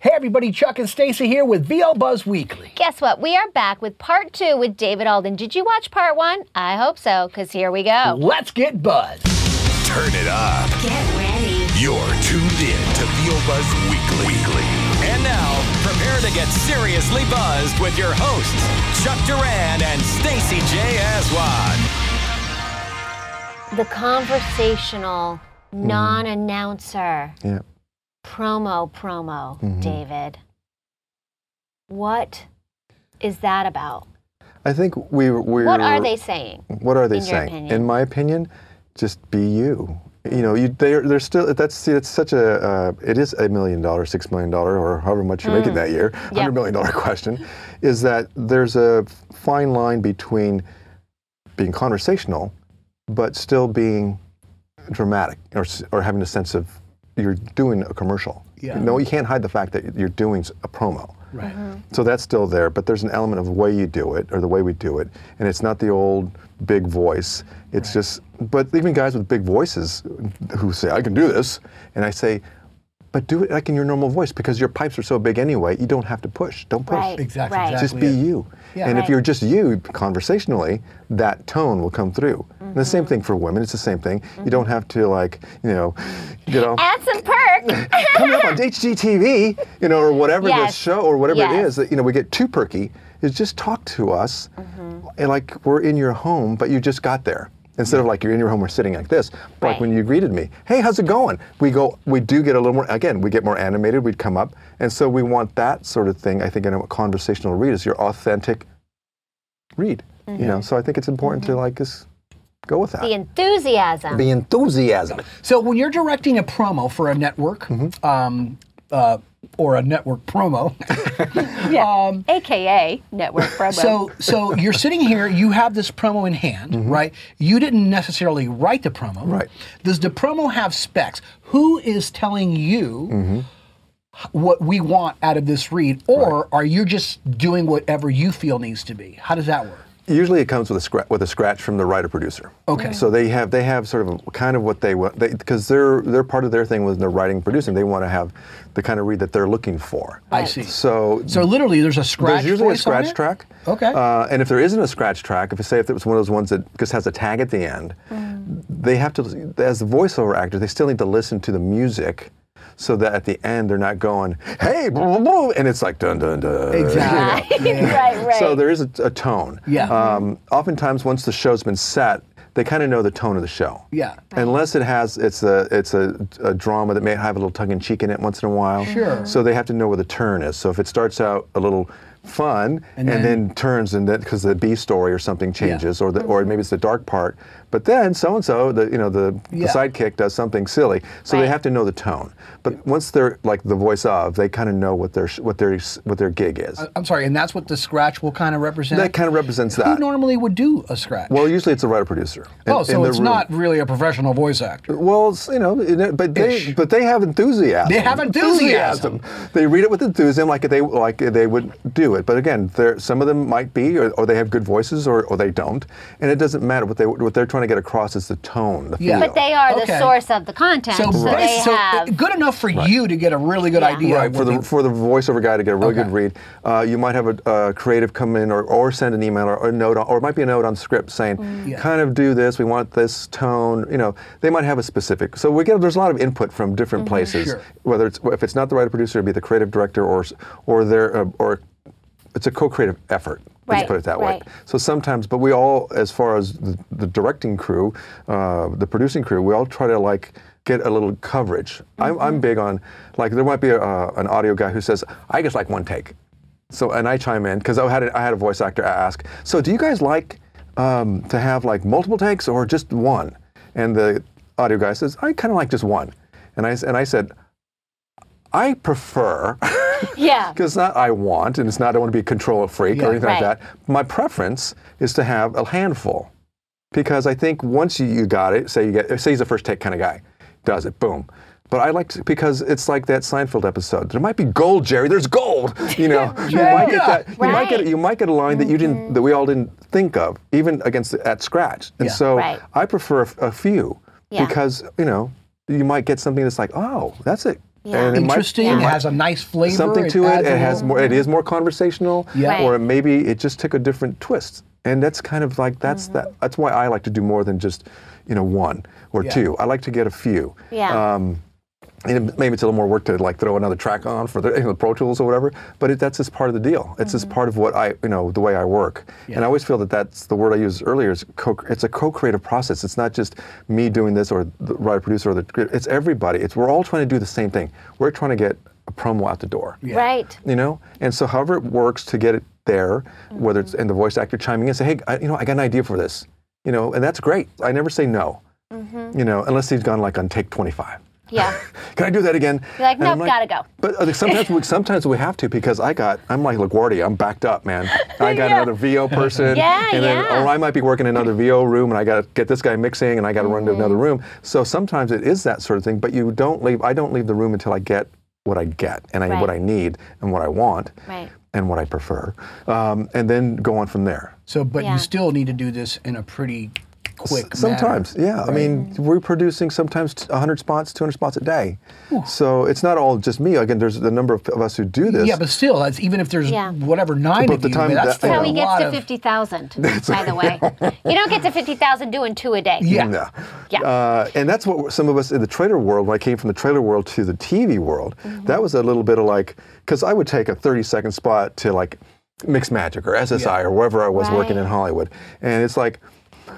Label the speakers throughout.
Speaker 1: Hey everybody, Chuck and Stacy here with VO Buzz Weekly.
Speaker 2: Guess what? We are back with part two with David Alden. Did you watch part one? I hope so, because here we go.
Speaker 1: Let's get buzzed.
Speaker 3: Turn it up.
Speaker 4: Get ready.
Speaker 3: You're tuned in to VeoBuzz Weekly. Weekly.
Speaker 5: And now, prepare to get seriously buzzed with your hosts, Chuck Duran and Stacy J. Aswan.
Speaker 2: The conversational non announcer
Speaker 6: Yeah.
Speaker 2: promo promo, David. What is that about?
Speaker 6: I think we we
Speaker 2: What are they saying?
Speaker 6: What are they
Speaker 2: in your
Speaker 6: saying?
Speaker 2: opinion?
Speaker 6: In my opinion, just be you. You know, you, they're they're still that's see, it's such a uh, it is a million dollar, six million dollar, or however much you make it that year,
Speaker 2: Mm. Yeah.
Speaker 6: hundred million dollar question, is that there's a fine line between being conversational, but still being dramatic or s- or having a sense of you're doing a commercial.
Speaker 1: Yeah.
Speaker 6: No, you can't hide the fact that you're doing s- a promo.
Speaker 1: Right.
Speaker 6: So that's still there, but there's an element of the way you do it or the way we do it, and it's not the old big voice. It's just, but even guys with big voices who say, I can do this, and I say, but do it like in your normal voice because your pipes are so big anyway, you don't have to push. Don't push.
Speaker 2: Right.
Speaker 1: Exactly,
Speaker 2: Right.
Speaker 1: exactly.
Speaker 6: Just be you.
Speaker 1: Yeah.
Speaker 6: And
Speaker 2: Right.
Speaker 6: if you're just you conversationally, that tone will come through. And the
Speaker 2: Mm-hmm.
Speaker 6: same thing for women, it's the same thing. You don't have to, like, you know, you know
Speaker 2: Add some perk.
Speaker 6: coming up on HGTV, you know, or whatever the
Speaker 2: Yes.
Speaker 6: show or whatever it
Speaker 2: Yes.
Speaker 6: is that you know we get too perky is just talk to us,
Speaker 2: Mm-hmm.
Speaker 6: and like we're in your home, but you just got there. Instead of like you're in your home, we're sitting like this. But
Speaker 2: Right.
Speaker 6: Like when you greeted me, hey, how's it going? We go, we do get a little more. Again, we get more animated. We'd come up, and so we want that sort of thing. I think in a conversational read is your authentic read. You know, so I think it's important to like just go with that.
Speaker 2: Mm-hmm. the enthusiasm.
Speaker 6: Be enthusiasm.
Speaker 1: So when you're directing a promo for a network,
Speaker 6: Mm-hmm.
Speaker 1: um, uh, or a network promo,
Speaker 2: AKA Network Promo.
Speaker 1: so so you're sitting here, you have this promo in hand, right? You didn't necessarily write the promo.
Speaker 6: Mm-hmm. Right.
Speaker 1: Does the promo have specs? Who is telling you
Speaker 6: Mm-hmm.
Speaker 1: what we want out of this read, or are you just doing whatever you feel needs to be? How does that work?
Speaker 6: usually it comes with a scratch with a scratch from the writer producer.
Speaker 1: Okay.
Speaker 6: So they have they have sort of kind of what they want because they're they're part of their thing with the writing producing. They want to have the kind of read that they're looking for.
Speaker 1: I see.
Speaker 6: So
Speaker 1: So literally, there's a scratch.
Speaker 6: Mm. there's usually a
Speaker 1: voice on
Speaker 6: scratch
Speaker 1: it?
Speaker 6: track.
Speaker 1: Okay.
Speaker 6: Uh, and if there isn't a scratch track, if you say if it was one of those ones that just has a tag at the end,
Speaker 1: Mm.
Speaker 6: they have to, as the voiceover actors, they still need to listen to the music so that at the end they're not going, hey, blah, blah, blah, and it's like dun dun dun.
Speaker 1: Exactly.
Speaker 2: right, right.
Speaker 6: So there is a, a tone.
Speaker 1: Yeah.
Speaker 6: Um, oftentimes, once the show's been set, they kind of know the tone of the show.
Speaker 1: Yeah.
Speaker 6: Unless it has, it's a it's a, a drama that may have a little tongue in cheek in it once in a while.
Speaker 1: Sure.
Speaker 6: So they have to know where the turn is. So if it starts out a little fun and,
Speaker 1: then-
Speaker 6: then, turns and that because the B story or something changes or the
Speaker 2: Mm-hmm.
Speaker 6: or maybe it's the dark part, but then so and so the you know the,
Speaker 1: Yeah.
Speaker 6: the sidekick does something silly. So
Speaker 2: Right.
Speaker 6: they have to know the tone. But once they're like the voice of, they kind of know what their sh- what their s- what their gig is.
Speaker 1: I'm sorry, and that's what the scratch will kind of represent.
Speaker 6: that kind of represents
Speaker 1: Who
Speaker 6: that.
Speaker 1: normally would do a scratch?
Speaker 6: Well, usually it's a writer producer.
Speaker 1: oh, so it's not really a professional voice actor.
Speaker 6: Well, it's, you know, in it- but they
Speaker 1: Ish.
Speaker 6: but they have enthusiasm.
Speaker 1: They have enthusiasm.
Speaker 6: They read it with enthusiasm, like they like they would do it. But again, there some of them might be, or, or they have good voices, or, or they don't, and it doesn't matter. What they what they're trying to get across is the tone, the
Speaker 1: Yeah.
Speaker 6: feel.
Speaker 2: but they are
Speaker 1: Okay.
Speaker 2: the source of the content, so,
Speaker 1: bas-
Speaker 2: they
Speaker 1: so,
Speaker 2: have.
Speaker 1: uh, good enough for you to get a really good idea.
Speaker 6: Right,
Speaker 1: of
Speaker 6: for
Speaker 1: what
Speaker 6: the,
Speaker 1: they-
Speaker 6: for the voiceover guy to get a really good read, uh, you might have a, a creative come in or, or send an email or, a note, on, or it might be a note on script saying,
Speaker 1: Mm. Yeah.
Speaker 6: kind of do this, we want this tone. You know, they might have a specific. So we get there's a lot of input from different places,
Speaker 1: Mm-hmm. Sure.
Speaker 6: whether it's if it's not the writer producer, it'd be the creative director or s- or their uh, or it's a co-creative effort.
Speaker 2: Right,
Speaker 6: Let's put it that
Speaker 2: right.
Speaker 6: way. So sometimes, but we all, as far as the, the directing crew, uh, the producing crew, we all try to like get a little coverage. I'm,
Speaker 2: Mm-hmm.
Speaker 6: I'm big on like there might be a, uh, an audio guy who says, "I just like one take," so and I chime in because I had a, I had a voice actor ask, "So do you guys like um, to have like multiple takes or just one?" And the audio guy says, "I kind of like just one," and I s- and I said, "I prefer."
Speaker 2: yeah.
Speaker 6: Because it's not I want, and it's not I want to be a control freak
Speaker 1: Yeah.
Speaker 6: or anything
Speaker 2: Right.
Speaker 6: like that. My preference is to have a handful, because I think once you, you got it, say you get, say he's a first take kind of guy, does it, boom. But I like to, because it's like that Seinfeld episode. There might be gold, Jerry. There's gold. You know, you might get that. You might
Speaker 2: Right. Mm-hmm.
Speaker 6: get you might get a line that you didn't that we all didn't think of, even against at scratch. And
Speaker 1: Yeah.
Speaker 6: so
Speaker 2: Right.
Speaker 6: I prefer a, a few
Speaker 2: Yeah.
Speaker 6: because you know you might get something that's like, oh, that's a And it might-
Speaker 1: Interesting.
Speaker 6: it
Speaker 1: It
Speaker 6: might-
Speaker 1: has a nice flavor.
Speaker 6: something to it.
Speaker 1: adds a
Speaker 6: It has
Speaker 1: little-
Speaker 6: more. It is more conversational,
Speaker 1: Yeah.
Speaker 2: Right.
Speaker 6: or maybe it just took a different twist. And that's kind of like that's
Speaker 2: Mm-hmm.
Speaker 6: that. That's why I like to do more than just, you know, one or
Speaker 1: Yeah.
Speaker 6: two. I like to get a few.
Speaker 2: Yeah.
Speaker 6: Um, and it- maybe it's a little more work to like throw another track on for the, you know, the Pro Tools or whatever. But it, that's just part of the deal. It's just part of what I, you know, the way I work. And I always feel that that's the word I used earlier. Is co- it's a co-creative process. It's not just me doing this or the writer producer or the. It's everybody. It's we're all trying to do the same thing. We're trying to get a promo out the door
Speaker 2: Right.
Speaker 6: you know and so however it works to get it there whether it's and the voice actor chiming in say hey I, you know i got an idea for this you know and that's great i never say no you know unless he's gone like on take 25
Speaker 2: Yeah.
Speaker 6: can i do that again
Speaker 2: You're like,
Speaker 6: And I'm
Speaker 2: nope, gotta go.
Speaker 6: but uh, sometimes we, sometimes we have to because I got I'm like LaGuardia I'm backed up man I got
Speaker 2: Yeah.
Speaker 6: another VO person
Speaker 2: Yeah,
Speaker 6: and then
Speaker 2: yeah.
Speaker 6: or I might be working in another VO room and I got to get this guy mixing and I got to run to
Speaker 2: Mm-hmm.
Speaker 6: another room so sometimes it is that sort of thing but you don't leave I don't leave the room until I get what I get and I, what
Speaker 2: Right.
Speaker 6: I need and what I want
Speaker 2: Right.
Speaker 6: and what I prefer um, and then go on from there
Speaker 1: So, but
Speaker 2: Yeah.
Speaker 1: you still need to do this in a pretty quick.
Speaker 6: S-
Speaker 1: manner.
Speaker 6: Sometimes, yeah. I mean, we're producing sometimes t- 100 spots, 200 spots a day. So it's not all just me. Again, there's a number of, of us who do this.
Speaker 1: Yeah, but still, that's, even if there's
Speaker 2: Yeah.
Speaker 1: whatever nine
Speaker 6: But
Speaker 1: of
Speaker 6: the
Speaker 1: you,
Speaker 6: time
Speaker 1: man, that's
Speaker 6: that-
Speaker 2: That's
Speaker 1: still
Speaker 2: how
Speaker 1: a
Speaker 2: he gets
Speaker 1: lot
Speaker 2: to
Speaker 1: of-
Speaker 2: 50,000, by the way. you don't get to 50,000 doing two a day.
Speaker 1: Yeah.
Speaker 6: No.
Speaker 2: Yeah.
Speaker 6: Mm, Uh, and that's what some of us in the trailer world, when I came from the trailer world to the TV world,
Speaker 1: Mm-hmm.
Speaker 6: that was a little bit of like, because I would take a 30 second spot to like Mixed Magic or SSI or wherever I was working in
Speaker 2: Right.
Speaker 6: Hollywood. And it's like,
Speaker 2: I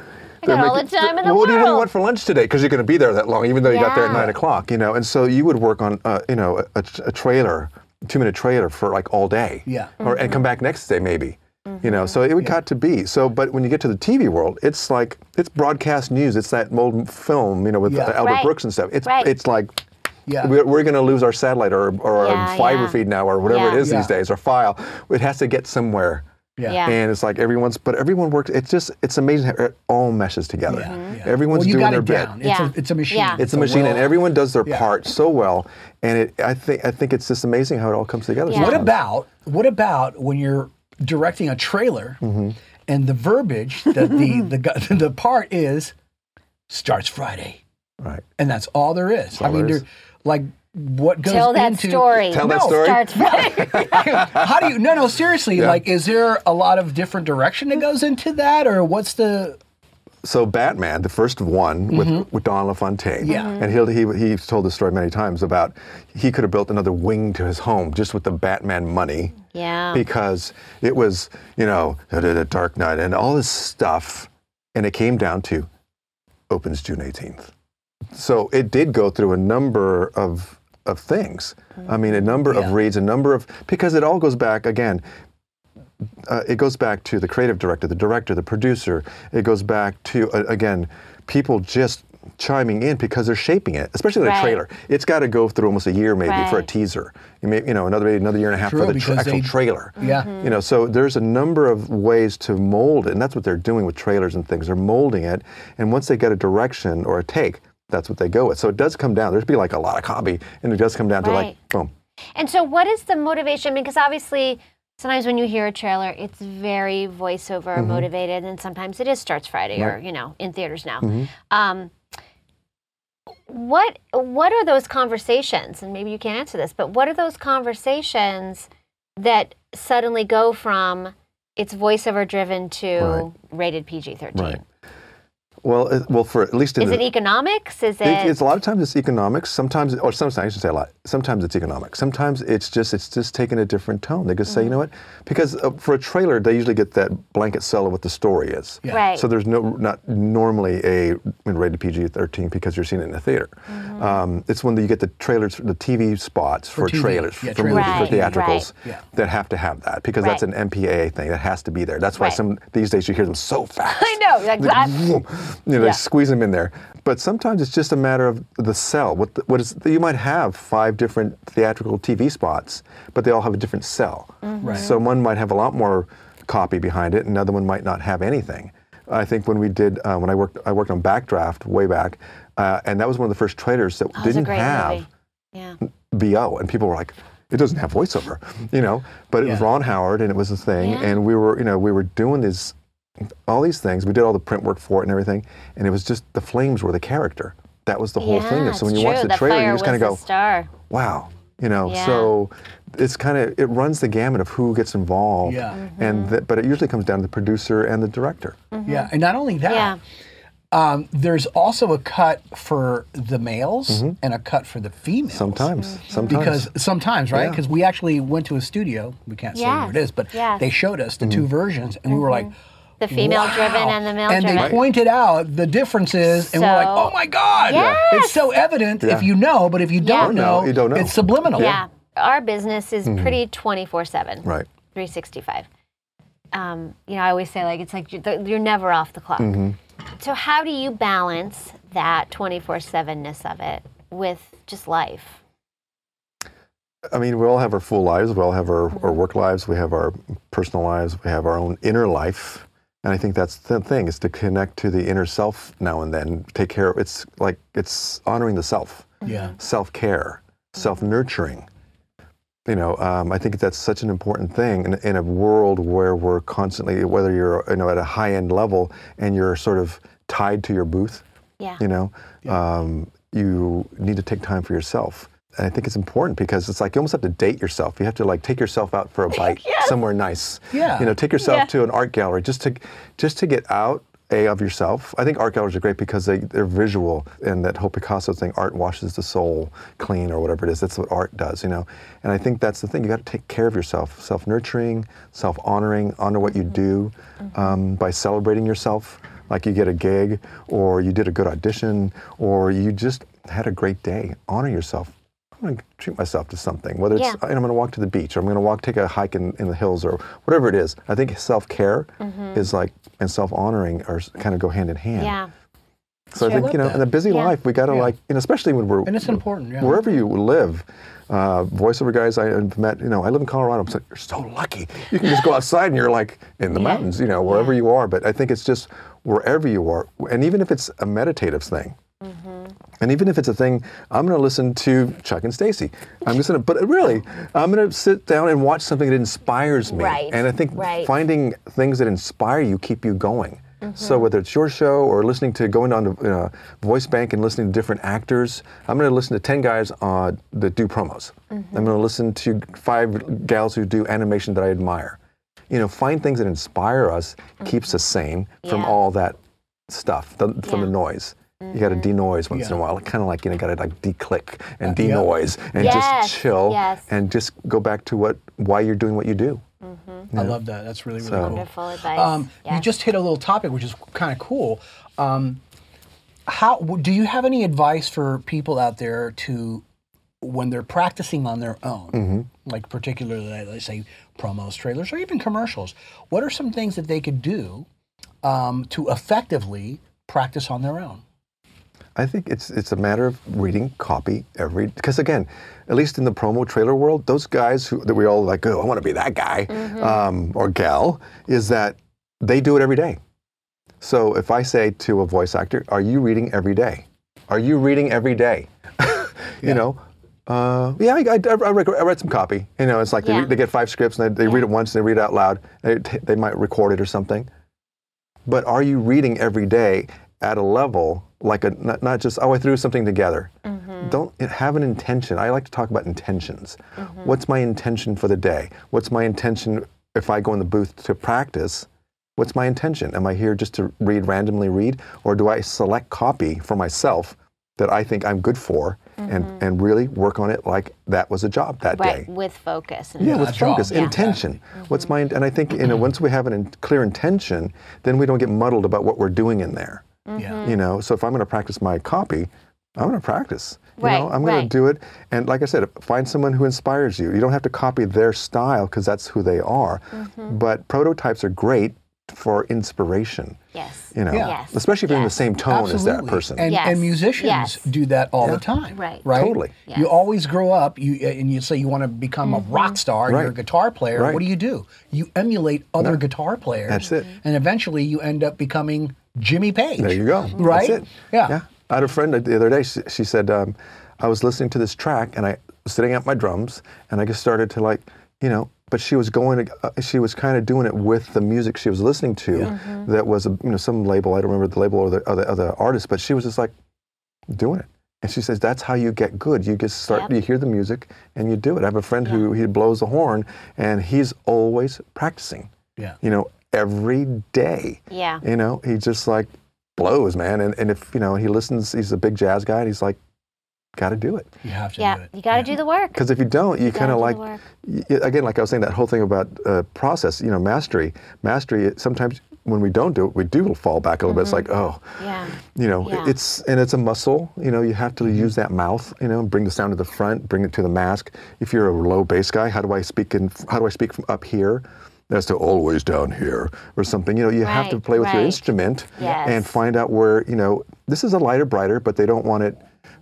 Speaker 6: they're
Speaker 2: got all the
Speaker 6: making-
Speaker 2: time in the
Speaker 6: well, What do you what do you
Speaker 2: world.
Speaker 6: want for lunch today? Because you're going to be there that long, even though you got there at
Speaker 2: Yeah.
Speaker 6: nine o'clock, you know. And so you would work on, uh, you know, a, a trailer, two minute trailer for like all day,
Speaker 1: Yeah. Mm-hmm.
Speaker 6: or and come back next day maybe, you know. So it would got to be so. But when you get to the TV world, it's like it's broadcast news. It's that old film, you know, with uh,
Speaker 1: Yeah.
Speaker 6: Albert
Speaker 2: Right.
Speaker 6: Brooks and stuff. It's
Speaker 2: Right.
Speaker 6: it's like.
Speaker 1: Yeah.
Speaker 6: We're, we're going to lose our satellite or, or
Speaker 2: Yeah,
Speaker 6: our fiber
Speaker 2: yeah.
Speaker 6: feed now or whatever
Speaker 2: Yeah.
Speaker 6: it is these
Speaker 1: Yeah.
Speaker 6: days, or file. It has to get somewhere.
Speaker 1: Yeah.
Speaker 2: Yeah.
Speaker 6: And it's like everyone's, but everyone works. It's just, it's amazing how it all meshes together.
Speaker 1: Yeah, Mhm. yeah.
Speaker 6: Everyone's
Speaker 1: well, you
Speaker 6: doing
Speaker 1: got
Speaker 6: their
Speaker 1: it
Speaker 6: bit.
Speaker 1: down.
Speaker 2: Mm-hmm. Yeah.
Speaker 1: It's, a, it's a machine.
Speaker 2: Yeah.
Speaker 6: It's a machine, and
Speaker 1: well-
Speaker 6: everyone does their
Speaker 1: Yeah.
Speaker 6: part so well. And it, I think, I think it's just amazing how it all comes together.
Speaker 2: Yeah.
Speaker 1: What
Speaker 6: sometimes.
Speaker 1: about what about when you're directing a trailer
Speaker 6: Mm-hmm.
Speaker 1: and the verbiage that the the gu- the part is starts Friday
Speaker 6: Right.
Speaker 1: and that's all there is. I
Speaker 6: all
Speaker 1: mean,
Speaker 6: there is.
Speaker 1: there- like what goes
Speaker 2: Tell that
Speaker 1: into
Speaker 2: story.
Speaker 6: Tell that
Speaker 1: No,
Speaker 6: story.
Speaker 2: Starts from-
Speaker 1: How do you? No, no, seriously.
Speaker 6: Yeah.
Speaker 1: Like, is there a lot of different direction that goes into that, or what's the?
Speaker 6: so Batman, the first one with, with Don LaFontaine,
Speaker 1: Mm-hmm. Yeah. Mhm.
Speaker 6: and he'll, he he's told this story many times about he could have built another wing to his home just with the Batman money.
Speaker 2: Yeah.
Speaker 6: Because it was you know the, the Dark Knight and all this stuff, and it came down to opens June eighteenth. So it did go through a number of of things. I mean, a number of
Speaker 1: Yeah.
Speaker 6: reads, a number of because it all goes back again uh, it goes back to the creative director, the director, the producer. It goes back to uh, again, people just chiming in because they're shaping it, especially the
Speaker 2: Right.
Speaker 6: trailer. It's got to go through almost a year maybe for a
Speaker 2: Right.
Speaker 6: teaser. You, may, you know, another maybe another year and a half
Speaker 1: True,
Speaker 6: for the tra-
Speaker 1: because
Speaker 6: actual
Speaker 1: they-
Speaker 6: trailer.
Speaker 1: Yeah.
Speaker 2: Mm-hmm,
Speaker 6: You know, so there's a number of ways to mold it, and that's what they're doing with trailers and things. They're molding it, and once they get a direction or a take, that's what they go with. So it does come down. There's be like a lot of copy, and it does come down to
Speaker 2: Right.
Speaker 6: like boom.
Speaker 2: And so, what is the motivation? Because obviously, sometimes when you hear a trailer, it's very voiceover
Speaker 6: Mm-hmm.
Speaker 2: motivated, and sometimes it is starts Friday or you know in theaters now.
Speaker 6: Mm-hmm.
Speaker 2: Um, what what are those conversations? And maybe you can't answer this, but what are those conversations that suddenly go from it's voiceover driven to
Speaker 6: Right.
Speaker 2: rated PG thirteen?
Speaker 6: Right. Well, it, well, for at least in
Speaker 2: Is
Speaker 6: the,
Speaker 2: it economics? Is it?
Speaker 6: It, it's a lot of times it's economics. Sometimes, or sometimes I should say a lot. Sometimes it's economics. Sometimes it's just it's just taking a different tone. They could
Speaker 2: Mm-hmm.
Speaker 6: say, you know what? Because uh, for a trailer, they usually get that blanket sell of what the story is.
Speaker 1: Yeah.
Speaker 2: Right.
Speaker 6: So there's no not normally a I mean, rated PG-13 because you're seeing it in the theater.
Speaker 2: Mm-hmm.
Speaker 6: Um, it's when you get the trailers, the TV spots for,
Speaker 1: TV.
Speaker 6: trailers
Speaker 1: Yeah,
Speaker 6: for
Speaker 1: trailers.
Speaker 6: movies,
Speaker 2: Right,
Speaker 6: for theatricals
Speaker 1: right. Yeah.
Speaker 6: that have to have that because that's an
Speaker 2: Right.
Speaker 6: MPAA thing that has to be there. That's why
Speaker 2: Right.
Speaker 6: some these days you hear them so fast
Speaker 2: I know. Like that.
Speaker 6: boom, you know, they
Speaker 2: Yeah.
Speaker 6: squeeze them in there. But sometimes it's just a matter of the cell. What the, what is you might have five different theatrical TV spots, but they all have a different cell.
Speaker 2: Mm-hmm.
Speaker 1: Right.
Speaker 6: So one might have a lot more copy behind it, and another one might not have anything. I think when we did uh, when I worked I worked on Backdraft way back, uh, and that was one of the first trailers that
Speaker 2: That was a
Speaker 6: didn't
Speaker 2: great
Speaker 6: have.
Speaker 2: movie. Yeah.
Speaker 6: BO, and people were like, it doesn't have voiceover, you know. But it was
Speaker 1: Yeah.
Speaker 6: Ron Howard, and it was a thing,
Speaker 2: Yeah.
Speaker 6: and we were, you know, we were doing these, all these things. We did all the print work for it and everything, and it was just the flames were the character. that was the whole
Speaker 2: yeah,
Speaker 6: thing. And so when
Speaker 2: it's
Speaker 6: you
Speaker 2: true.
Speaker 6: watch the
Speaker 2: That
Speaker 6: trailer,
Speaker 2: fire
Speaker 6: you just kind of
Speaker 2: was
Speaker 6: go,
Speaker 2: the star.
Speaker 6: wow you know
Speaker 2: Yeah.
Speaker 6: so it's kind of it runs the gamut of who gets involved
Speaker 1: Yeah.
Speaker 2: Mm-hmm.
Speaker 6: and th- but it usually comes down to the producer and the director
Speaker 1: Yeah, and not only
Speaker 6: "Ah."
Speaker 1: that,
Speaker 2: Yeah.
Speaker 1: um, there's also a cut for the males and a cut for the females.
Speaker 6: Mm-hmm. sometimes
Speaker 2: Mm-hmm.
Speaker 6: sometimes
Speaker 1: Because sometimes, right?
Speaker 6: Yeah.
Speaker 1: Because we actually went to a studio. We can't say where it
Speaker 2: Yes,
Speaker 1: is, but
Speaker 2: yes. Mm-hmm.
Speaker 1: they showed us the
Speaker 6: Mm-hmm.
Speaker 1: two versions, and we were like,
Speaker 2: The female driven
Speaker 1: "Wow."
Speaker 2: and the male
Speaker 1: And
Speaker 2: driven.
Speaker 1: they pointed out the differences, and we're like,
Speaker 2: So-
Speaker 1: "Oh my God!" It's so evident if you know, but if you don't
Speaker 6: Yeah.
Speaker 1: know,
Speaker 6: No, you don't know.
Speaker 1: it's subliminal.
Speaker 2: yeah. Our business is pretty 24 7.
Speaker 6: Mm-hmm. right
Speaker 2: 365. Um, you know, I always say like it's like you're, you're never off the clock.
Speaker 6: Mm-hmm.
Speaker 2: So how do you balance that 24/7ness of it with just life?
Speaker 6: I mean, we all have our full lives. We all have our, our work lives. We have our personal lives. We have our own inner life. And I think that's the thing is to connect to the inner self now and then. Take care of it's like it's honoring the self,
Speaker 1: Yeah.
Speaker 6: self care, self nurturing. You know, um, I think that's such an important thing in, in a world where we're constantly, whether you're you know at a high end level and you're sort of tied to your booth,
Speaker 2: Yeah.
Speaker 6: you know um, you need to take time for yourself and i think it's important because it's like you almost have to date yourself you have to like take yourself out for a bite somewhere nice
Speaker 1: Yeah.
Speaker 6: you know take yourself
Speaker 2: Yeah.
Speaker 6: to an art gallery just to just to get out a of yourself i think art galleries are great because they, they're visual and that whole picasso thing art washes the soul clean or whatever it is that's what art does you know and i think that's the thing you got to take care of yourself self-nurturing self-honoring honor what you
Speaker 2: Mm-hmm.
Speaker 6: do um, by celebrating yourself like you get a gig or you did a good audition or you just had a great day honor yourself i'm going to treat myself to something whether it's
Speaker 2: Yeah.
Speaker 6: and i'm going to walk to the beach or i'm going to walk take a hike in, in the hills or whatever it is i think self-care is like and self-honoring are kind of go hand in hand
Speaker 2: Yeah.
Speaker 6: so i
Speaker 1: Sure.
Speaker 6: think you know in a busy
Speaker 2: Yeah.
Speaker 6: life we got to like and especially when we're
Speaker 1: And it's important, yeah.
Speaker 6: wherever you live uh, voiceover guys I've met, you know, I live in Colorado. I'm so, you're so lucky. You can just go outside and you're like in the mountains, you know, wherever you are. But I think it's just wherever you are, and even if it's a meditative thing,
Speaker 2: Mm-hmm.
Speaker 6: and even if it's a thing, I'm going to listen to Chuck and Stacy. I'm just going to, but really, I'm going to sit down and watch something that inspires me.
Speaker 2: Right,
Speaker 6: And I think
Speaker 2: right.
Speaker 6: finding things that inspire you keep you going.
Speaker 2: Mm-hmm.
Speaker 6: So whether it's your show or listening to going on to uh, Voice Bank and listening to different actors, I'm going to listen to ten guys uh, that do promos.
Speaker 2: Mm-hmm.
Speaker 6: I'm going to listen to five gals who do animation that I admire. You know, find things that inspire us keeps us sane
Speaker 2: Mm-hmm.
Speaker 6: from
Speaker 2: Yeah.
Speaker 6: all that stuff the, from the
Speaker 2: Yeah. Mm-hmm.
Speaker 6: noise. You got to denoise once in a
Speaker 1: Yeah.
Speaker 6: while, kind of like you know, got to like declick and
Speaker 1: yeah.
Speaker 6: denoise and
Speaker 2: Yes,
Speaker 6: just chill
Speaker 2: yes.
Speaker 6: and just go back to what why you're doing what you do.
Speaker 1: I love that. That's really really
Speaker 6: So-
Speaker 1: cool.
Speaker 2: Wonderful advice.
Speaker 1: Um,
Speaker 2: yeah.
Speaker 1: You just hit a little topic, which is kind of cool. Um, how w- do you have any advice for people out there to when they're practicing on their own, like particularly like, let's say promos, trailers, or even commercials? What are some things that they could do um, to effectively practice on their own?
Speaker 6: I think it's it's a matter of reading copy every because again, at least in the promo trailer world, those guys who that we all like, oh, I want to be that guy um, or gal, is that they do it every day. So if I say to a voice actor, "Are you reading every day? Are you reading every day?" you know. Uh, yeah, I, I, I, read, I read some copy. You know, it's like they,
Speaker 2: Yeah.
Speaker 6: re- they get five scripts and they, they read it once and they read it out loud. They, t- they might record it or something but are you reading every day at a level like a not, not just oh i threw something together don't have an intention i like to talk about intentions what's my intention for the day what's my intention if i go in the booth to practice what's my intention am i here just to read randomly read or do i select copy for myself that i think i'm good for and, and really work on it like that was a job that day
Speaker 2: right with focus. And
Speaker 6: yeah, with
Speaker 1: that's wrong.
Speaker 6: focus,
Speaker 1: Yeah.
Speaker 6: intention. What's my and I think you know once we have an in, clear intention, then we don't get muddled about what we're doing in there.
Speaker 1: Yeah.
Speaker 6: You know, so if I'm going to practice my copy, I'm going to practice. You
Speaker 2: Right,
Speaker 6: know, I'm going
Speaker 2: right.
Speaker 6: to do it, and like I said, find someone who inspires you. You don't have to copy their style because that's who they are.
Speaker 2: Mm-hmm.
Speaker 6: But prototypes are great for inspiration.
Speaker 2: Yes.
Speaker 6: You know,
Speaker 1: Yeah.
Speaker 2: Yes,
Speaker 6: especially if you're in the
Speaker 2: yes.
Speaker 6: same tone as that
Speaker 1: Absolutely.
Speaker 6: person.
Speaker 1: And,
Speaker 2: Yes.
Speaker 1: and musicians
Speaker 2: Yes.
Speaker 1: do that all the time.
Speaker 2: Right.
Speaker 1: Right.
Speaker 6: Totally.
Speaker 1: You
Speaker 2: Yes. Mm-hmm.
Speaker 1: always grow up, you and you say you want to become a rock star, you're a
Speaker 6: Right.
Speaker 1: guitar player.
Speaker 6: Right.
Speaker 1: What do you do? You emulate other guitar players.
Speaker 6: That's it.
Speaker 1: And eventually you end up becoming Jimmy Page.
Speaker 6: There you go.
Speaker 1: Right?
Speaker 6: That's it.
Speaker 1: Yeah.
Speaker 6: I had a friend the other day. She, she said, um, I was listening to this track and I was sitting at my drums and I just started to like, you know, but she was going, uh, she was kind of doing it with the music she was listening to. That was, a, you know, some label. I don't remember the label or the, or the, or the artist, but she was just like, doing it. And she says, that's how you get good. You just start,
Speaker 2: Yep.
Speaker 6: you hear the music and you do it. I have a friend who he blows the horn and he's always practicing,
Speaker 1: Yeah.
Speaker 6: you know, every day.
Speaker 2: Yeah.
Speaker 6: You know, he just like blows, man. And, and if, you know, he listens, he's a big jazz guy and he's like, got to do it.
Speaker 1: You have to do
Speaker 2: Yeah.
Speaker 1: it.
Speaker 2: You got to do the work.
Speaker 6: Because if you don't, you kind
Speaker 2: do the
Speaker 6: of like,
Speaker 2: work.
Speaker 6: y- y- again, like I was saying, that whole thing about uh, process, you know, mastery. Mastery, it- sometimes when we don't do it, we do fall back a little bit.
Speaker 2: Mm-hmm.
Speaker 6: It's like, oh,
Speaker 2: Yeah.
Speaker 6: you know,
Speaker 2: Yeah. Mm-hmm.
Speaker 6: it's, and it's a muscle. You know, you have to use that mouth, you know, bring the sound to the front, bring it to the mask. If you're a low bass guy, how do I speak in, how do I speak from up here? That's to always down here or something. You know, you have to
Speaker 2: Right,
Speaker 6: play with your
Speaker 2: right.
Speaker 6: instrument and
Speaker 2: Yes.
Speaker 6: find out where, you know, this is a lighter, brighter, but they don't want it.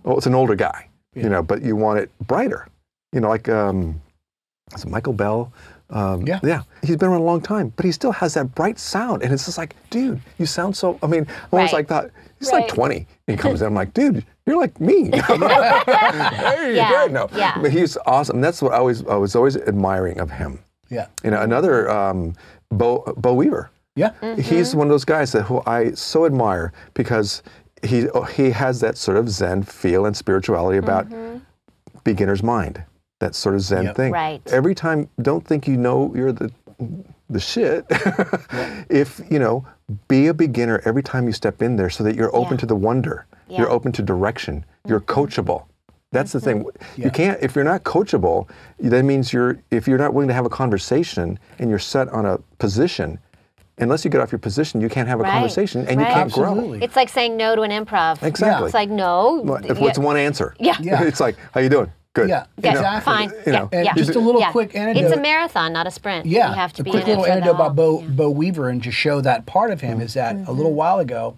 Speaker 6: Oh, it's an older guy, you know, but you want it brighter. You know, like, um, is it Michael Bell? Um,
Speaker 1: Yeah.
Speaker 6: Yeah. He's been around a long time, but he still has that bright sound. And it's just like, dude, you sound so, I mean, I
Speaker 2: Right.
Speaker 6: always like thought, uh, he's like
Speaker 2: Right.
Speaker 6: 20. He comes in, I'm like, dude, you're like me. hey,
Speaker 2: Yeah,
Speaker 6: there, no.
Speaker 2: yeah.
Speaker 6: But he's awesome. That's what I always, I was always admiring of him.
Speaker 1: Yeah.
Speaker 6: You know, another, um, Bo, Bo Weaver
Speaker 1: Yeah.
Speaker 2: Mm.
Speaker 6: he's one of those guys that who I so admire because he oh, he has that sort of Zen feel and spirituality about
Speaker 2: Mm-hmm.
Speaker 6: beginner's mind, that sort of Zen
Speaker 1: Yep.
Speaker 6: thing.
Speaker 2: Right.
Speaker 6: Every time, don't think you know you're the the shit. If you know, be a beginner every time you step in there, so that you're open
Speaker 2: Yeah. Mm-hmm.
Speaker 6: to the wonder. You're open to direction. You're coachable. That's the thing. You can't if you're not coachable. That means you're if you're not willing to have a conversation and you're set on a position. Unless you get off your position, you can't have a
Speaker 2: Right,
Speaker 6: conversation and you
Speaker 2: right.
Speaker 6: can't
Speaker 1: Absolutely.
Speaker 2: It's like saying no to an improv.
Speaker 6: Exactly.
Speaker 2: It's like no.
Speaker 6: grow. If
Speaker 2: yeah,
Speaker 6: it's one answer,
Speaker 2: Yeah.
Speaker 1: Yeah.
Speaker 6: it's like how you doing? Good.
Speaker 1: Yeah.
Speaker 2: yeah,
Speaker 1: You know, Exactly.
Speaker 2: Fine.
Speaker 6: you
Speaker 2: yeah,
Speaker 6: know,
Speaker 2: yeah.
Speaker 1: And just a little
Speaker 2: yeah.
Speaker 1: quick
Speaker 2: It's
Speaker 1: anecdote.
Speaker 2: a marathon, not a sprint.
Speaker 1: Yeah,
Speaker 2: You have to
Speaker 1: a
Speaker 2: be
Speaker 1: quick
Speaker 2: in it
Speaker 1: little
Speaker 2: for the
Speaker 1: anecdote
Speaker 2: whole-
Speaker 1: about Bo, Bo Weaver and to show that part of him is that a
Speaker 2: Mm-hmm.
Speaker 1: little while ago,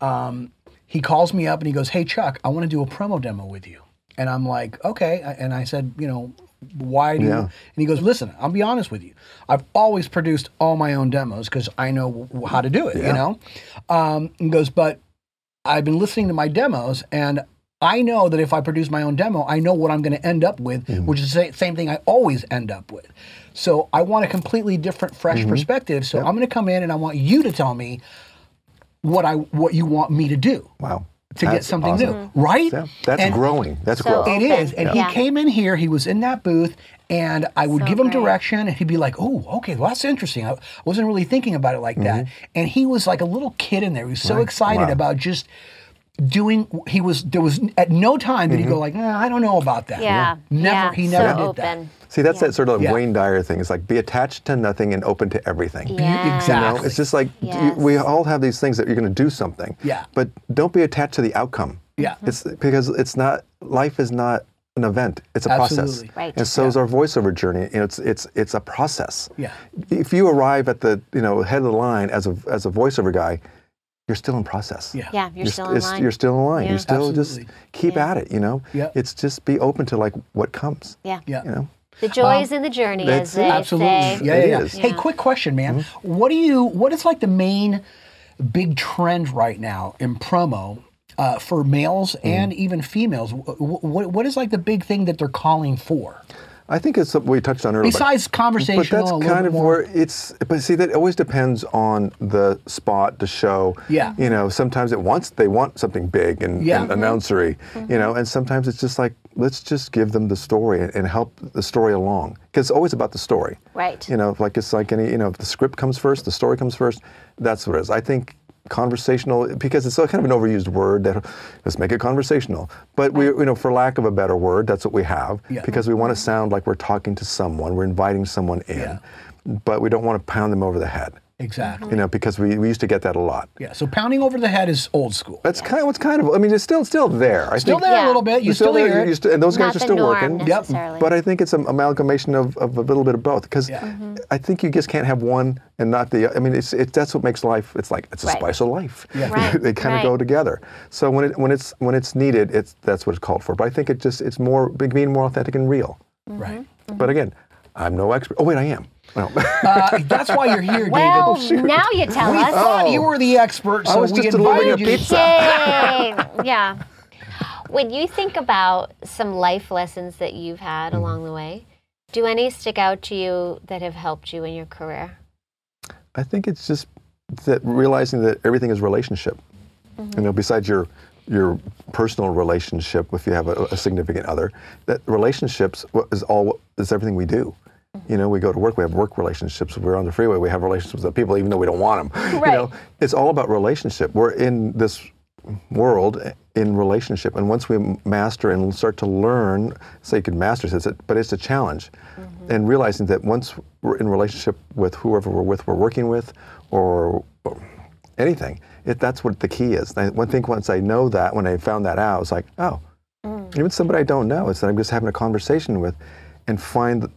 Speaker 1: um, he calls me up and he goes, "Hey Chuck, I want to do a promo demo with you," and I'm like, "Okay," I- and I said, "You know, why do?" you?
Speaker 6: Yeah.
Speaker 1: And he goes, "Listen, I'll be honest with you. I've always produced all my own demos because I know w- w- how to do it. You
Speaker 6: Yeah.
Speaker 1: know," um, and goes, "But I've been listening to my demos and." I know that if I produce my own demo, I know what I'm going to end up with,
Speaker 6: Mm-hmm.
Speaker 1: which is the sa- same thing I always end up with. So I want a completely different, fresh
Speaker 6: Mm-hmm.
Speaker 1: perspective. So I'm going to come in and I want you to tell me what I what you want me to do
Speaker 6: Wow.
Speaker 1: to get
Speaker 6: That's
Speaker 1: something
Speaker 6: awesome.
Speaker 1: new, right?
Speaker 6: Yeah, that's
Speaker 1: And-
Speaker 6: growing. That's
Speaker 2: So-
Speaker 6: growing.
Speaker 1: It is, and
Speaker 2: Yeah.
Speaker 1: he came in here. He was in that booth, and I would
Speaker 2: So
Speaker 1: give him
Speaker 2: great.
Speaker 1: direction, and he'd be like, "Oh, okay, well that's interesting. I wasn't really thinking about it like that." And he was like a little kid in there. He was so excited
Speaker 6: Wow.
Speaker 1: about just doing. He was there was at no time did he go like, "Nah, "I don't know about that."
Speaker 2: Yeah.
Speaker 1: never.
Speaker 2: yeah,
Speaker 1: He never
Speaker 2: so
Speaker 1: did
Speaker 2: open.
Speaker 6: See, that's that sort of
Speaker 1: Yeah.
Speaker 6: Wayne Dyer thing. It's like be attached to nothing and open to everything.
Speaker 1: that. You-
Speaker 2: Yeah.
Speaker 6: You know,
Speaker 1: Exactly.
Speaker 6: it's just like d- you-
Speaker 2: Yes.
Speaker 6: we all have these things that you're going to do something.
Speaker 1: Yeah.
Speaker 6: But don't be attached to the outcome.
Speaker 1: Yeah.
Speaker 2: Mm-hmm.
Speaker 6: It's because it's not life is not an event. It's a
Speaker 1: Absolutely.
Speaker 6: process.
Speaker 2: Right.
Speaker 6: And so is our voiceover journey. You know, it's it's it's a process.
Speaker 1: Yeah.
Speaker 6: If you arrive at the you know head of the line as a as a voiceover guy, you're still in process.
Speaker 1: Yeah.
Speaker 2: Yeah, you're, still in
Speaker 6: it's-
Speaker 2: line.
Speaker 6: You're still in line.
Speaker 2: Yeah.
Speaker 6: You're still just
Speaker 1: Absolutely.
Speaker 6: keep at it. You know.
Speaker 1: Yeah.
Speaker 6: It's just be open to like what comes.
Speaker 2: yeah.
Speaker 1: yeah.
Speaker 6: You know.
Speaker 2: The joy is in the journey, as
Speaker 6: that's it.
Speaker 2: they
Speaker 1: Absolutely.
Speaker 2: say.
Speaker 1: Yeah,
Speaker 6: It
Speaker 1: yeah, yeah.
Speaker 6: is. Mm-hmm.
Speaker 1: Hey, quick question, man. What do you? What is like the main big trend right now in promo uh, for males
Speaker 6: Mm-hmm.
Speaker 1: and even females? What, what is like the big thing that they're calling for
Speaker 6: I think it's something we touched on earlier. but-
Speaker 1: besides conversational?
Speaker 6: But that's
Speaker 1: a little
Speaker 6: kind
Speaker 1: bit
Speaker 6: of
Speaker 1: more-
Speaker 6: where it's. But see, that always depends on the spot, the show.
Speaker 1: Yeah.
Speaker 6: You know, sometimes it wants they want something big and,
Speaker 1: Yeah.
Speaker 6: and announcery. You know, and sometimes it's just like let's just give them the story and, and help the story along because it's always about the story.
Speaker 2: Right.
Speaker 6: You know, like it's like any. You know, if the script comes first, the story comes first. That's what it is. I think conversational because it's so kind of an overused word that let's make it conversational but we you know for lack of a better word that's what we have
Speaker 1: Yeah.
Speaker 6: because we want to sound like we're talking to someone we're inviting someone in
Speaker 1: Yeah.
Speaker 6: but we don't want to pound them over the head
Speaker 1: exactly.
Speaker 6: you know because we, we used to get that a lot
Speaker 2: Mm-hmm.
Speaker 1: Yeah. So pounding over the head is old school.
Speaker 6: that's kind of what's kind of i mean it's still it's still there i
Speaker 1: Still
Speaker 6: think
Speaker 1: there a
Speaker 2: Yeah.
Speaker 1: little bit. You
Speaker 6: it's
Speaker 1: still,
Speaker 6: there,
Speaker 1: hear it.
Speaker 6: you still- and those
Speaker 2: Not
Speaker 6: guys are
Speaker 2: the
Speaker 6: still
Speaker 2: norm
Speaker 6: working
Speaker 2: necessarily.
Speaker 6: but uh, i think it's an amalgamation of, of a little bit of both because
Speaker 1: Yeah.
Speaker 2: Mm-hmm.
Speaker 6: i think you just can't have one and not the i mean it's it, that's what makes life it's like it's a
Speaker 2: Right.
Speaker 6: spice of life
Speaker 1: Yeah.
Speaker 2: Right,
Speaker 6: they kind of
Speaker 2: right.
Speaker 6: go together so when it when it's when it's needed it's that's what it's called for but i think it just it's more being more authentic and real
Speaker 2: Mm-hmm.
Speaker 1: Right.
Speaker 6: but again i'm no expert oh wait i am well
Speaker 1: Uh, that's why you're here,
Speaker 6: oh,
Speaker 2: Well,
Speaker 1: David.
Speaker 2: now you tell
Speaker 1: We
Speaker 2: us.
Speaker 1: thought you were the expert, so
Speaker 6: was
Speaker 1: we
Speaker 6: just delivering
Speaker 1: invited
Speaker 6: a
Speaker 1: you.
Speaker 6: pizza.
Speaker 2: Yay! yeah. When you think about some life lessons that you've had
Speaker 6: Mm-hmm.
Speaker 2: along the way, do any stick out to you that have helped you in your career?
Speaker 6: I think it's just that realizing that everything is relationship. You know, besides your your personal relationship if you have a, a significant other. That relationships wha- is all is everything we do. You know, we go to work, we have work relationships. We're on the freeway, we have relationships with people, even though we don't want them. You
Speaker 2: Right.
Speaker 6: know, it's all about relationship. We're in this world in relationship, and once we m- master and start to learn, say you can master this, it- but it's a challenge. And realizing that once we're in relationship with whoever we're with, we're working with, or anything. It, that's what the key is. I one think once I know that, when I found that out, I was like, oh,
Speaker 2: Mm.
Speaker 6: even somebody I don't know, it's that I'm just having a conversation with, and find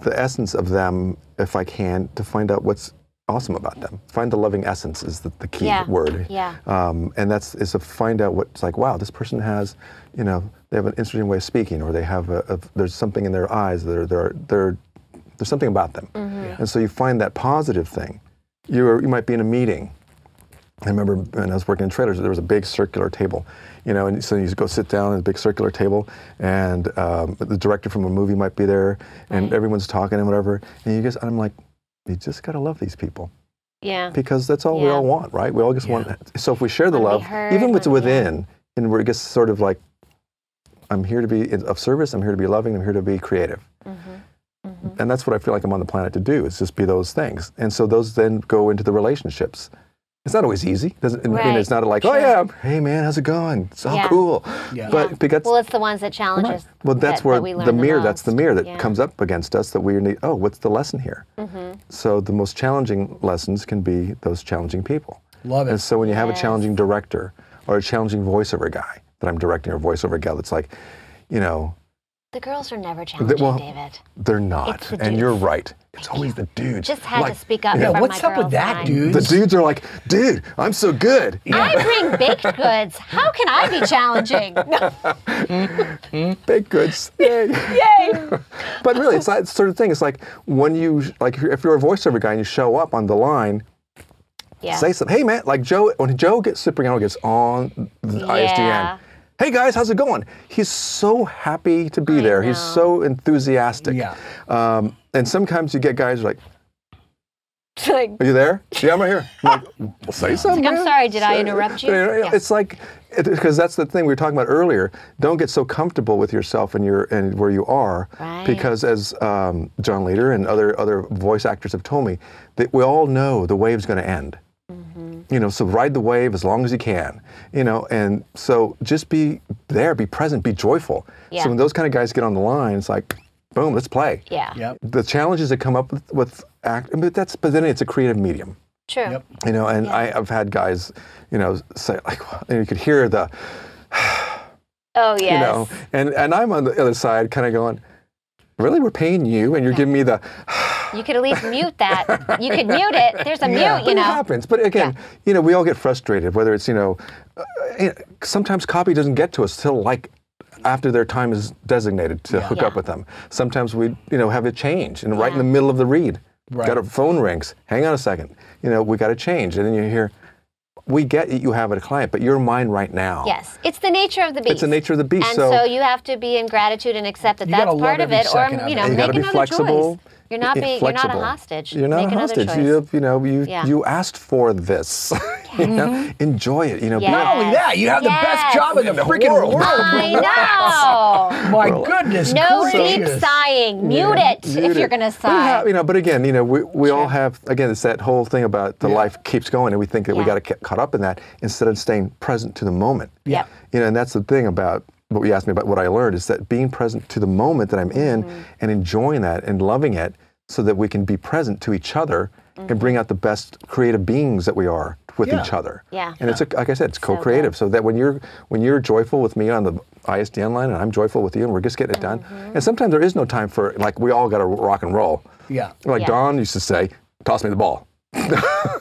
Speaker 6: the essence of them if I can to find out what's awesome about them. Find the loving essence is the, the key
Speaker 2: Yeah,
Speaker 6: word.
Speaker 2: yeah.
Speaker 6: Um, and that's is to find out what's like. Wow, this person has, you know, they have an interesting way of speaking, or they have a, a there's something in their eyes. They're they're they're there's something about them.
Speaker 2: Mm-hmm.
Speaker 6: And so you find that positive thing. You are, you might be in a meeting. I remember when I was working in trailers, there was a big circular table, you know, and so you go sit down at a big circular table, and um, the director from a movie might be there, and everyone's talking and whatever, and you just, I'm like, you just gotta love these people
Speaker 2: Yeah.
Speaker 6: because that's all we
Speaker 2: Yeah.
Speaker 6: all want, right? We all just want. that. So if we share the
Speaker 2: Wanna be
Speaker 6: love,
Speaker 2: heard,
Speaker 6: even with
Speaker 2: wanna be-
Speaker 6: within, and we're just sort of like, I'm here to be in- of service. I'm here to be loving. I'm here to be creative.
Speaker 2: Mm-hmm.
Speaker 6: And that's what I feel like I'm on the planet to do is just be those things. And so those then go into the relationships. It's not always easy. Doesn't and- and it's
Speaker 2: Right.
Speaker 6: not like, oh
Speaker 2: Sure.
Speaker 6: yeah, hey man, how's it going? It's all
Speaker 2: Yeah.
Speaker 6: cool.
Speaker 1: Yeah.
Speaker 6: But
Speaker 2: Yeah.
Speaker 6: because
Speaker 2: well, it's the ones that challenge
Speaker 6: Right.
Speaker 2: us.
Speaker 6: Well, that's
Speaker 2: that,
Speaker 6: where
Speaker 2: that we learn
Speaker 6: the mirror. that's the
Speaker 2: most.
Speaker 6: mirror that
Speaker 2: Yeah. Mm-hmm.
Speaker 6: comes up against us. That we need. Oh, what's the lesson here? So the most challenging lessons can be those challenging people.
Speaker 1: Love
Speaker 6: And
Speaker 1: it.
Speaker 6: so when you have a
Speaker 2: Yes.
Speaker 6: challenging director or a challenging voiceover guy that I'm directing or voiceover gal, it's like, you know,
Speaker 2: The girls are never challenging,
Speaker 6: well-
Speaker 2: David.
Speaker 6: they're not.
Speaker 2: the
Speaker 6: and you're
Speaker 2: dudes.
Speaker 6: right. It's always the dudes.
Speaker 2: Just had
Speaker 6: Like,
Speaker 2: to speak up.
Speaker 1: Yeah,
Speaker 2: for
Speaker 1: what's
Speaker 2: my
Speaker 1: up with
Speaker 2: girls
Speaker 1: that,
Speaker 2: and I.
Speaker 1: dude?
Speaker 6: The dudes are like, dude, I'm so good.
Speaker 2: I bring baked goods. How can I be challenging?
Speaker 6: Big goods. Yay. but really, it's that sort of thing. It's like when you, like, if you're a voiceover guy and you show up on the line,
Speaker 2: yeah.
Speaker 6: say something. Hey, man, like Joe, when Joe gets Cipriano gets on the
Speaker 2: Yeah.
Speaker 6: ISDN. Hey guys, how's it going? He's so happy to be
Speaker 2: I
Speaker 6: there. He's
Speaker 2: know.
Speaker 6: so enthusiastic.
Speaker 1: Yeah.
Speaker 6: Um, and sometimes you get guys who are like,
Speaker 2: Like,
Speaker 6: "Are you there? Yeah, I'm right here." I'm like, "Well, say something.
Speaker 2: "I'm
Speaker 6: man."
Speaker 2: sorry, did I
Speaker 6: Say-
Speaker 2: interrupt you?" Yeah.
Speaker 6: It's like because that's the thing we were talking about earlier. Don't get so comfortable with yourself and your and where you are,
Speaker 2: Right.
Speaker 6: because as um, John Leader and other other voice actors have told me, that we all know the wave's going to end.
Speaker 2: Mm-hmm.
Speaker 6: You know, so ride the wave as long as you can. You know, and so just be there, be present, be joyful.
Speaker 2: Yeah.
Speaker 6: So when those kind of guys get on the line, it's like, boom, let's play.
Speaker 2: yeah.
Speaker 1: Yep.
Speaker 6: The challenges that come up with, with act, but that's but then it's a creative medium.
Speaker 2: True.
Speaker 1: Yep.
Speaker 6: You know, and I, I've had guys, you know, say like, and you could hear the,
Speaker 2: Oh, yes.
Speaker 6: you know, and and I'm on the other side, kind of going, really, we're paying you, and you're giving me the,
Speaker 2: You could at least mute that. You could mute it. There's a mute, you
Speaker 6: But it
Speaker 2: know.
Speaker 6: happens. But again, you know, we all get frustrated. Whether it's you know, uh, you know, sometimes copy doesn't get to us till like after their time is designated to hook up
Speaker 2: Yeah.
Speaker 6: with them. Sometimes we you know have a change and right
Speaker 2: Yeah.
Speaker 6: in the middle of the read,
Speaker 1: Right.
Speaker 6: got a phone rings. Hang on a second. You know, we got a change, and then you hear, we get it, you have a client, but you're mine right now.
Speaker 2: Yes. It's the nature of the beast.
Speaker 6: Oh. It's the nature of the beast.
Speaker 2: And
Speaker 6: so,
Speaker 2: so, you have to be in gratitude and accept that
Speaker 1: You
Speaker 2: that's
Speaker 1: gotta love
Speaker 2: part of
Speaker 1: every
Speaker 2: it, or
Speaker 1: second of
Speaker 2: you
Speaker 1: it.
Speaker 2: know,
Speaker 1: You
Speaker 2: make
Speaker 6: gotta be
Speaker 2: another
Speaker 6: flexible,
Speaker 2: choice. You're not
Speaker 6: i-
Speaker 2: being, you're not a
Speaker 6: flexible.
Speaker 2: hostage.
Speaker 6: You're not
Speaker 2: make
Speaker 6: a
Speaker 2: another
Speaker 6: hostage.
Speaker 2: choice.
Speaker 6: You, have- you know, you
Speaker 2: Yeah. Mm-hmm.
Speaker 6: you asked for this. you know, enjoy it. You know, be-
Speaker 1: Not only that, you have the best
Speaker 2: Yes.
Speaker 1: job in the freaking world.
Speaker 2: I know.
Speaker 1: My goodness.
Speaker 2: No deep
Speaker 1: gracious.
Speaker 2: sighing. Mute it
Speaker 6: Mute
Speaker 2: if
Speaker 6: it.
Speaker 2: you're going to
Speaker 6: But it ha-
Speaker 2: sigh.
Speaker 6: you know, but again, you know, we, we all have again. It's that whole thing about the life keeps going, and we think that we
Speaker 2: Yeah.
Speaker 6: got to get caught up in that instead of staying present to the moment.
Speaker 2: Yep.
Speaker 6: You know, and that's the thing about what you asked me about what I learned is that being present to the moment that I'm in
Speaker 2: Mm-hmm.
Speaker 6: and enjoying that and loving it, so that we can be present to each other
Speaker 2: Mm-hmm.
Speaker 6: and bring out the best creative beings that we are with
Speaker 1: Yeah.
Speaker 6: each other.
Speaker 2: Yeah.
Speaker 6: And it's a, like I said, it's co-creative. So, that when you're when you're joyful with me on the ISDN line, and I'm joyful with you, and we're just getting it done.
Speaker 2: Mm-hmm.
Speaker 6: And sometimes there is no time for like we all got to rock and roll.
Speaker 1: Yeah.
Speaker 6: Like
Speaker 2: Yeah.
Speaker 6: Don used to say, "Toss me the ball."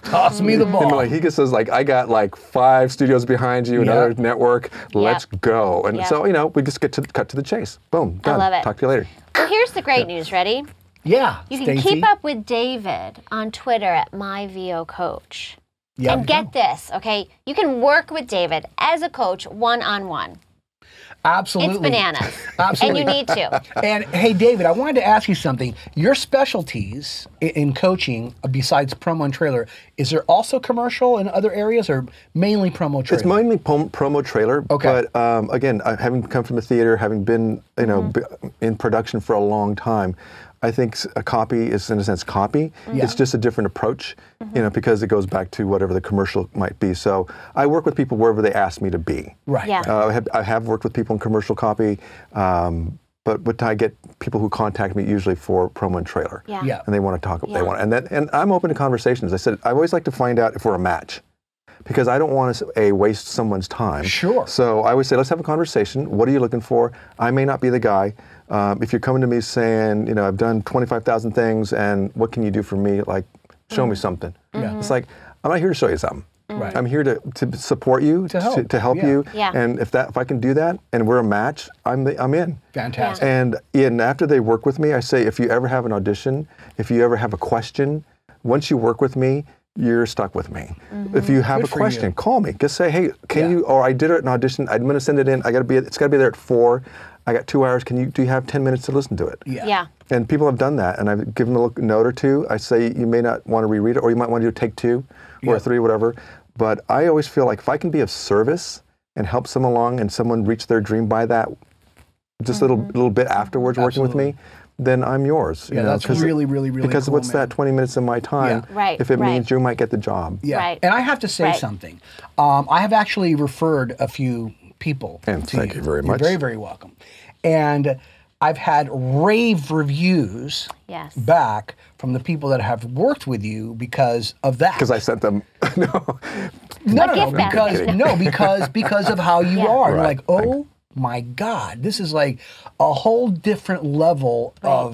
Speaker 1: Toss me the ball.
Speaker 2: Oh.
Speaker 6: And like he just says, like I got like five studios behind you, another network. Let's go. And
Speaker 2: Yep.
Speaker 6: so you know, we just get to cut to the chase. Boom, done.
Speaker 2: love it.
Speaker 6: Talk to you later.
Speaker 2: Well, here's the great news. Ready?
Speaker 1: yeah.
Speaker 2: You can
Speaker 1: Stacey.
Speaker 2: keep up with David on Twitter at myvocoach.
Speaker 1: Yeah.
Speaker 2: And get this, okay? You can work with David as a coach one on one.
Speaker 1: Absolutely.
Speaker 2: It's bananas.
Speaker 1: Absolutely.
Speaker 2: And you need to.
Speaker 1: And hey, David, I wanted to ask you something. Your specialties i- in coaching, uh, besides promo and trailer, is there also commercial in other areas, or mainly promo trailer?
Speaker 6: It's mainly pom- promo trailer.
Speaker 1: Okay.
Speaker 6: But um, again, I- having come from the theater, having been you know
Speaker 1: Mm-hmm.
Speaker 6: b- in production for a long time, I think s- a copy is in a sense copy. It's just a different approach,
Speaker 1: Mm-hmm.
Speaker 6: you know, because it goes back to whatever the commercial might be. So I work with people wherever they ask me to be.
Speaker 1: right.
Speaker 2: Yeah.
Speaker 6: Uh, I, have, I have worked with people in commercial copy, um, but but I get people who contact me usually for promo and trailer.
Speaker 2: Yeah.
Speaker 1: Yeah.
Speaker 6: And they want to talk.
Speaker 2: Yeah.
Speaker 6: They want, and that, and I'm open to conversations. I said I always like to find out if we're a match, because I don't want to a waste someone's time.
Speaker 1: Sure.
Speaker 6: So I always say, let's have a conversation. What are you looking for? I may not be the guy. Um, if you're coming to me saying, you know, I've done 25,000 things, and what can you do for me? Like, show me something.
Speaker 1: Mm. Yeah. Mm.
Speaker 6: It's like I'm not here to show you something.
Speaker 1: Right.
Speaker 6: I'm here to, to support you,
Speaker 1: To help, yeah.
Speaker 6: you,
Speaker 2: Yeah.
Speaker 6: and if that if I can do that, and we're a match, I'm the, I'm in.
Speaker 1: Fantastic.
Speaker 6: And and after they work with me, I say if you ever have an audition, if you ever have a question, once you work with me, you're stuck with me. If you have
Speaker 1: Mm-hmm. Good
Speaker 6: a
Speaker 1: for you.
Speaker 6: question, call me. Just say, hey, can
Speaker 1: Yeah.
Speaker 6: you? Or I did an audition. I'm gonna send it in. I gotta be. It's gotta be there at four. I got two hours. Can you? Do you have ten minutes to listen to it?
Speaker 1: Yeah.
Speaker 2: Yeah.
Speaker 6: And people have done that, and I've given them a little note or two. I say you may not want to reread it, or you might want to do take two or
Speaker 1: Yeah.
Speaker 6: three, whatever. But I always feel like if I can be of service and help someone along, and someone reach their dream by that, just a little little bit afterwards, working with me, then I'm yours. you
Speaker 1: Mm-hmm. Yeah,
Speaker 6: know,
Speaker 1: that's
Speaker 6: 'cause-
Speaker 1: really, really, really
Speaker 6: because
Speaker 1: cool,
Speaker 6: what's
Speaker 1: man.
Speaker 6: that 20 minutes of my time?
Speaker 2: Yeah. Right,
Speaker 6: If it
Speaker 2: right.
Speaker 6: means you might get the job.
Speaker 1: Yeah.
Speaker 2: Right.
Speaker 1: And I have to say
Speaker 2: Right.
Speaker 1: something. Um, I have actually referred a few people.
Speaker 6: And
Speaker 1: to
Speaker 6: thank you very much.
Speaker 1: You're very, very welcome. And I've had rave reviews
Speaker 2: Yes.
Speaker 1: back from the people that have worked with you because of that.
Speaker 6: Because I sent them. no.
Speaker 1: No,
Speaker 2: A
Speaker 1: no, no,
Speaker 2: gift basket.
Speaker 1: because
Speaker 6: Kidding.
Speaker 1: no, because because of how you
Speaker 2: Yeah.
Speaker 1: are. And
Speaker 6: Right.
Speaker 1: Like, oh my God, this is like a whole different level of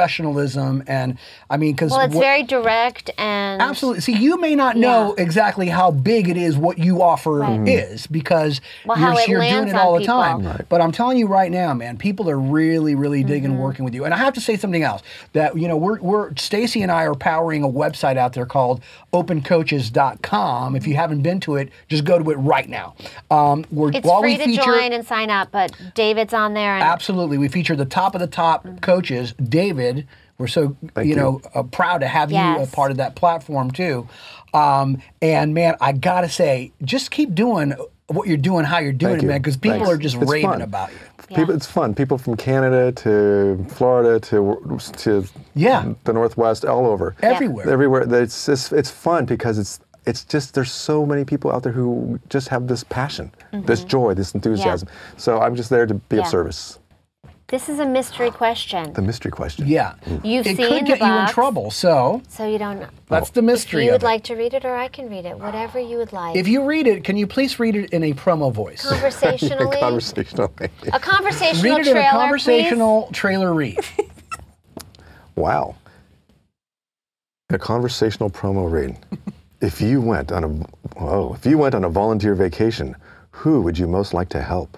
Speaker 1: professionalism. And I mean, because
Speaker 2: Well, it's very direct and
Speaker 1: absolutely. See, you may not know exactly how big it is what you offer is because
Speaker 2: Well,
Speaker 1: you're,
Speaker 2: how it
Speaker 1: you're doing
Speaker 2: lands
Speaker 1: it
Speaker 2: on
Speaker 1: all the
Speaker 2: people.
Speaker 1: time. But I'm telling you right now, man, people are really, really digging
Speaker 2: Mm-hmm.
Speaker 1: working with you. And I have to say something else that you know we're we're Stacy and I are powering a website out there called OpenCoaches.com. If you haven't been to it, just go to it right now. Um, we're
Speaker 2: it's
Speaker 1: while
Speaker 2: free
Speaker 1: we
Speaker 2: to
Speaker 1: feature,
Speaker 2: join and sign up, but David's on there and
Speaker 1: Absolutely. We feature the top of the top
Speaker 2: Mm-hmm.
Speaker 1: coaches. David, we're so you, know uh, proud to have you a
Speaker 2: Yes.
Speaker 1: part of that platform too. Um, and man, I gotta say, just keep doing what you're doing, how you're doing
Speaker 6: Thank
Speaker 1: it,
Speaker 6: you.
Speaker 1: man, because people
Speaker 6: Thanks.
Speaker 1: are just
Speaker 6: It's
Speaker 1: raving
Speaker 6: fun.
Speaker 1: about you.
Speaker 6: People, it's fun. People from Canada to Florida to to
Speaker 1: Yeah.
Speaker 6: the Northwest, all over,
Speaker 1: Everywhere.
Speaker 6: everywhere. It's just, it's fun because it's it's just there's so many people out there who just have this passion, this joy, this enthusiasm. So I'm just there to be of
Speaker 2: Yeah.
Speaker 6: service.
Speaker 2: this is a mystery question.
Speaker 6: The mystery question.
Speaker 1: Yeah.
Speaker 2: Mm-hmm. You've
Speaker 1: it
Speaker 2: seen
Speaker 1: could
Speaker 2: the
Speaker 1: get you in
Speaker 2: box.
Speaker 1: trouble, so
Speaker 2: So you don't know.
Speaker 6: Oh.
Speaker 1: that's the mystery.
Speaker 2: you
Speaker 1: of
Speaker 2: would
Speaker 1: it.
Speaker 2: like to read it or I can read it. Whatever you would like.
Speaker 1: if you read it, can you please read it in a promo voice?
Speaker 2: conversationally
Speaker 6: Conversational.
Speaker 2: a conversational
Speaker 1: read it in
Speaker 2: trailer,
Speaker 1: a conversational trailer read.
Speaker 6: wow. A conversational promo read. if you went on a whoa, if you went on a volunteer vacation, who would you most like to help?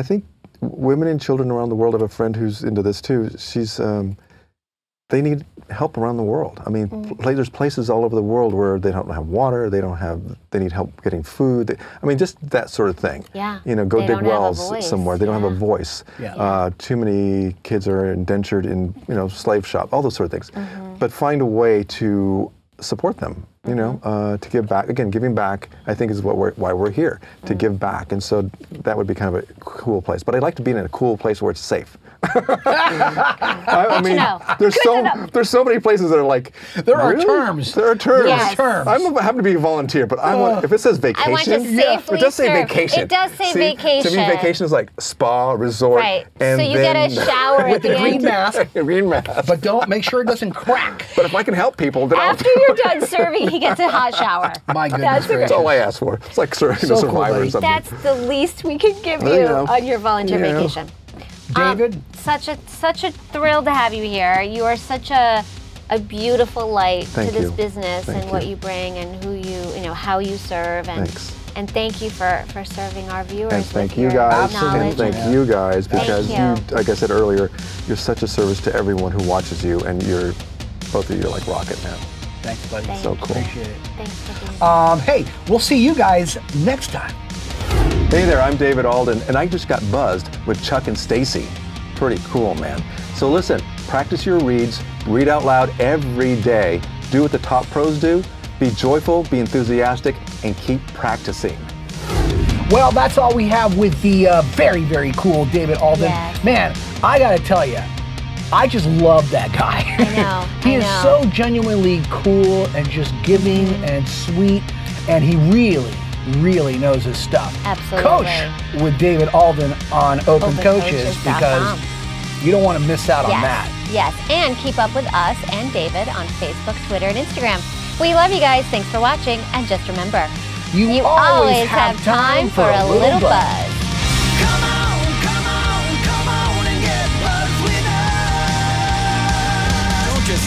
Speaker 6: I think women and children around the world I have a friend who's into this too. She's um, they need help around the world. I mean,
Speaker 2: Mm.
Speaker 6: pla- there's places all over the world where they don't have water, they don't have, they need help getting food. They- I mean, just that sort of thing.
Speaker 2: Yeah.
Speaker 6: You know, go
Speaker 2: They
Speaker 6: dig
Speaker 2: don't have a
Speaker 6: wells
Speaker 2: voice.
Speaker 6: somewhere. They don't have a
Speaker 2: Yeah.
Speaker 6: voice.
Speaker 1: Yeah.
Speaker 6: Uh, too many kids are indentured in you know slave shop, all those sort of things.
Speaker 2: Mm-hmm.
Speaker 6: But find a way to support them. You know,
Speaker 2: Mm-hmm.
Speaker 6: uh, to give back again. Giving back, I think, is what we're, why we're here to
Speaker 2: Mm.
Speaker 6: give back. And so that would be kind of a cool place. But I'd like to be in a cool place where it's safe. I, I mean,
Speaker 2: know.
Speaker 6: there's so there's so many places that are like
Speaker 1: There are
Speaker 6: "Really?
Speaker 1: terms.
Speaker 6: There are terms.
Speaker 1: There are
Speaker 2: Yes.
Speaker 1: terms. Uh,
Speaker 6: I'm happy to be a volunteer, but I want if it says vacation.
Speaker 2: I want to safely
Speaker 6: it does say
Speaker 2: serve.
Speaker 6: vacation.
Speaker 2: It does say
Speaker 6: See, To me,
Speaker 2: vacation.
Speaker 6: vacation is like spa, resort,
Speaker 2: Right.
Speaker 6: and
Speaker 2: so you
Speaker 6: then
Speaker 2: get a shower at
Speaker 1: With
Speaker 2: the
Speaker 1: the green
Speaker 2: end.
Speaker 1: mask,
Speaker 6: green mask.
Speaker 1: but don't make sure it doesn't crack.
Speaker 6: But if I can help people, then
Speaker 2: After
Speaker 6: I'll,
Speaker 2: you're done serving, he gets a hot shower.
Speaker 1: My goodness
Speaker 2: That's a
Speaker 1: gracious.
Speaker 6: that's all I ask for. It's like serving
Speaker 1: So
Speaker 6: a
Speaker 1: cool,
Speaker 6: survivor
Speaker 1: buddy.
Speaker 6: or something.
Speaker 2: That's the least we can give
Speaker 6: There you
Speaker 2: you
Speaker 6: go.
Speaker 2: on your volunteer
Speaker 6: Yeah.
Speaker 2: vacation. Um,
Speaker 1: David,
Speaker 2: such a such a thrill to have you here. You are such a a beautiful light
Speaker 6: Thank
Speaker 2: to this
Speaker 6: you.
Speaker 2: business
Speaker 6: Thank
Speaker 2: and what
Speaker 6: you.
Speaker 2: you bring and who you you know how you serve and
Speaker 6: Thanks.
Speaker 2: and thank you for for serving our viewers.
Speaker 6: and
Speaker 2: with
Speaker 6: thank you
Speaker 2: your
Speaker 6: guys, and
Speaker 2: knowledge
Speaker 6: thank
Speaker 2: and-
Speaker 6: you guys because
Speaker 2: you.
Speaker 6: like I said earlier, you're such a service to everyone who watches you, and you're both of you are like rocket man.
Speaker 1: thanks, buddy.
Speaker 2: Thank
Speaker 6: So cool.
Speaker 1: Appreciate it.
Speaker 2: Thanks for being here.
Speaker 1: Um, hey, we'll see you guys next time.
Speaker 6: Hey there, I'm David Alden, and I just got buzzed with Chuck and Stacy. Pretty cool, man. So listen, practice your reads, read out loud every day, do what the top pros do, be joyful, be enthusiastic, and keep practicing.
Speaker 1: Well, that's all we have with the uh, very, very cool David Alden.
Speaker 2: Yes.
Speaker 1: Man, I gotta tell you, I just love that guy. I
Speaker 2: know,
Speaker 1: he
Speaker 2: I
Speaker 1: is
Speaker 2: know.
Speaker 1: so genuinely cool and just giving and sweet, and he really, really knows his stuff.
Speaker 2: Absolutely.
Speaker 1: Coach with David Alden on Open, Coaches because
Speaker 2: OpenCoaches.com.
Speaker 1: you don't want to miss out on
Speaker 2: yes.
Speaker 1: that.
Speaker 2: Yes, and keep up with us and David on Facebook, Twitter, and Instagram. We love you guys. Thanks for watching, and just remember,
Speaker 1: You always have time for a little buzz.
Speaker 5: Come on, come on, come on and get buzzed with us. Don't just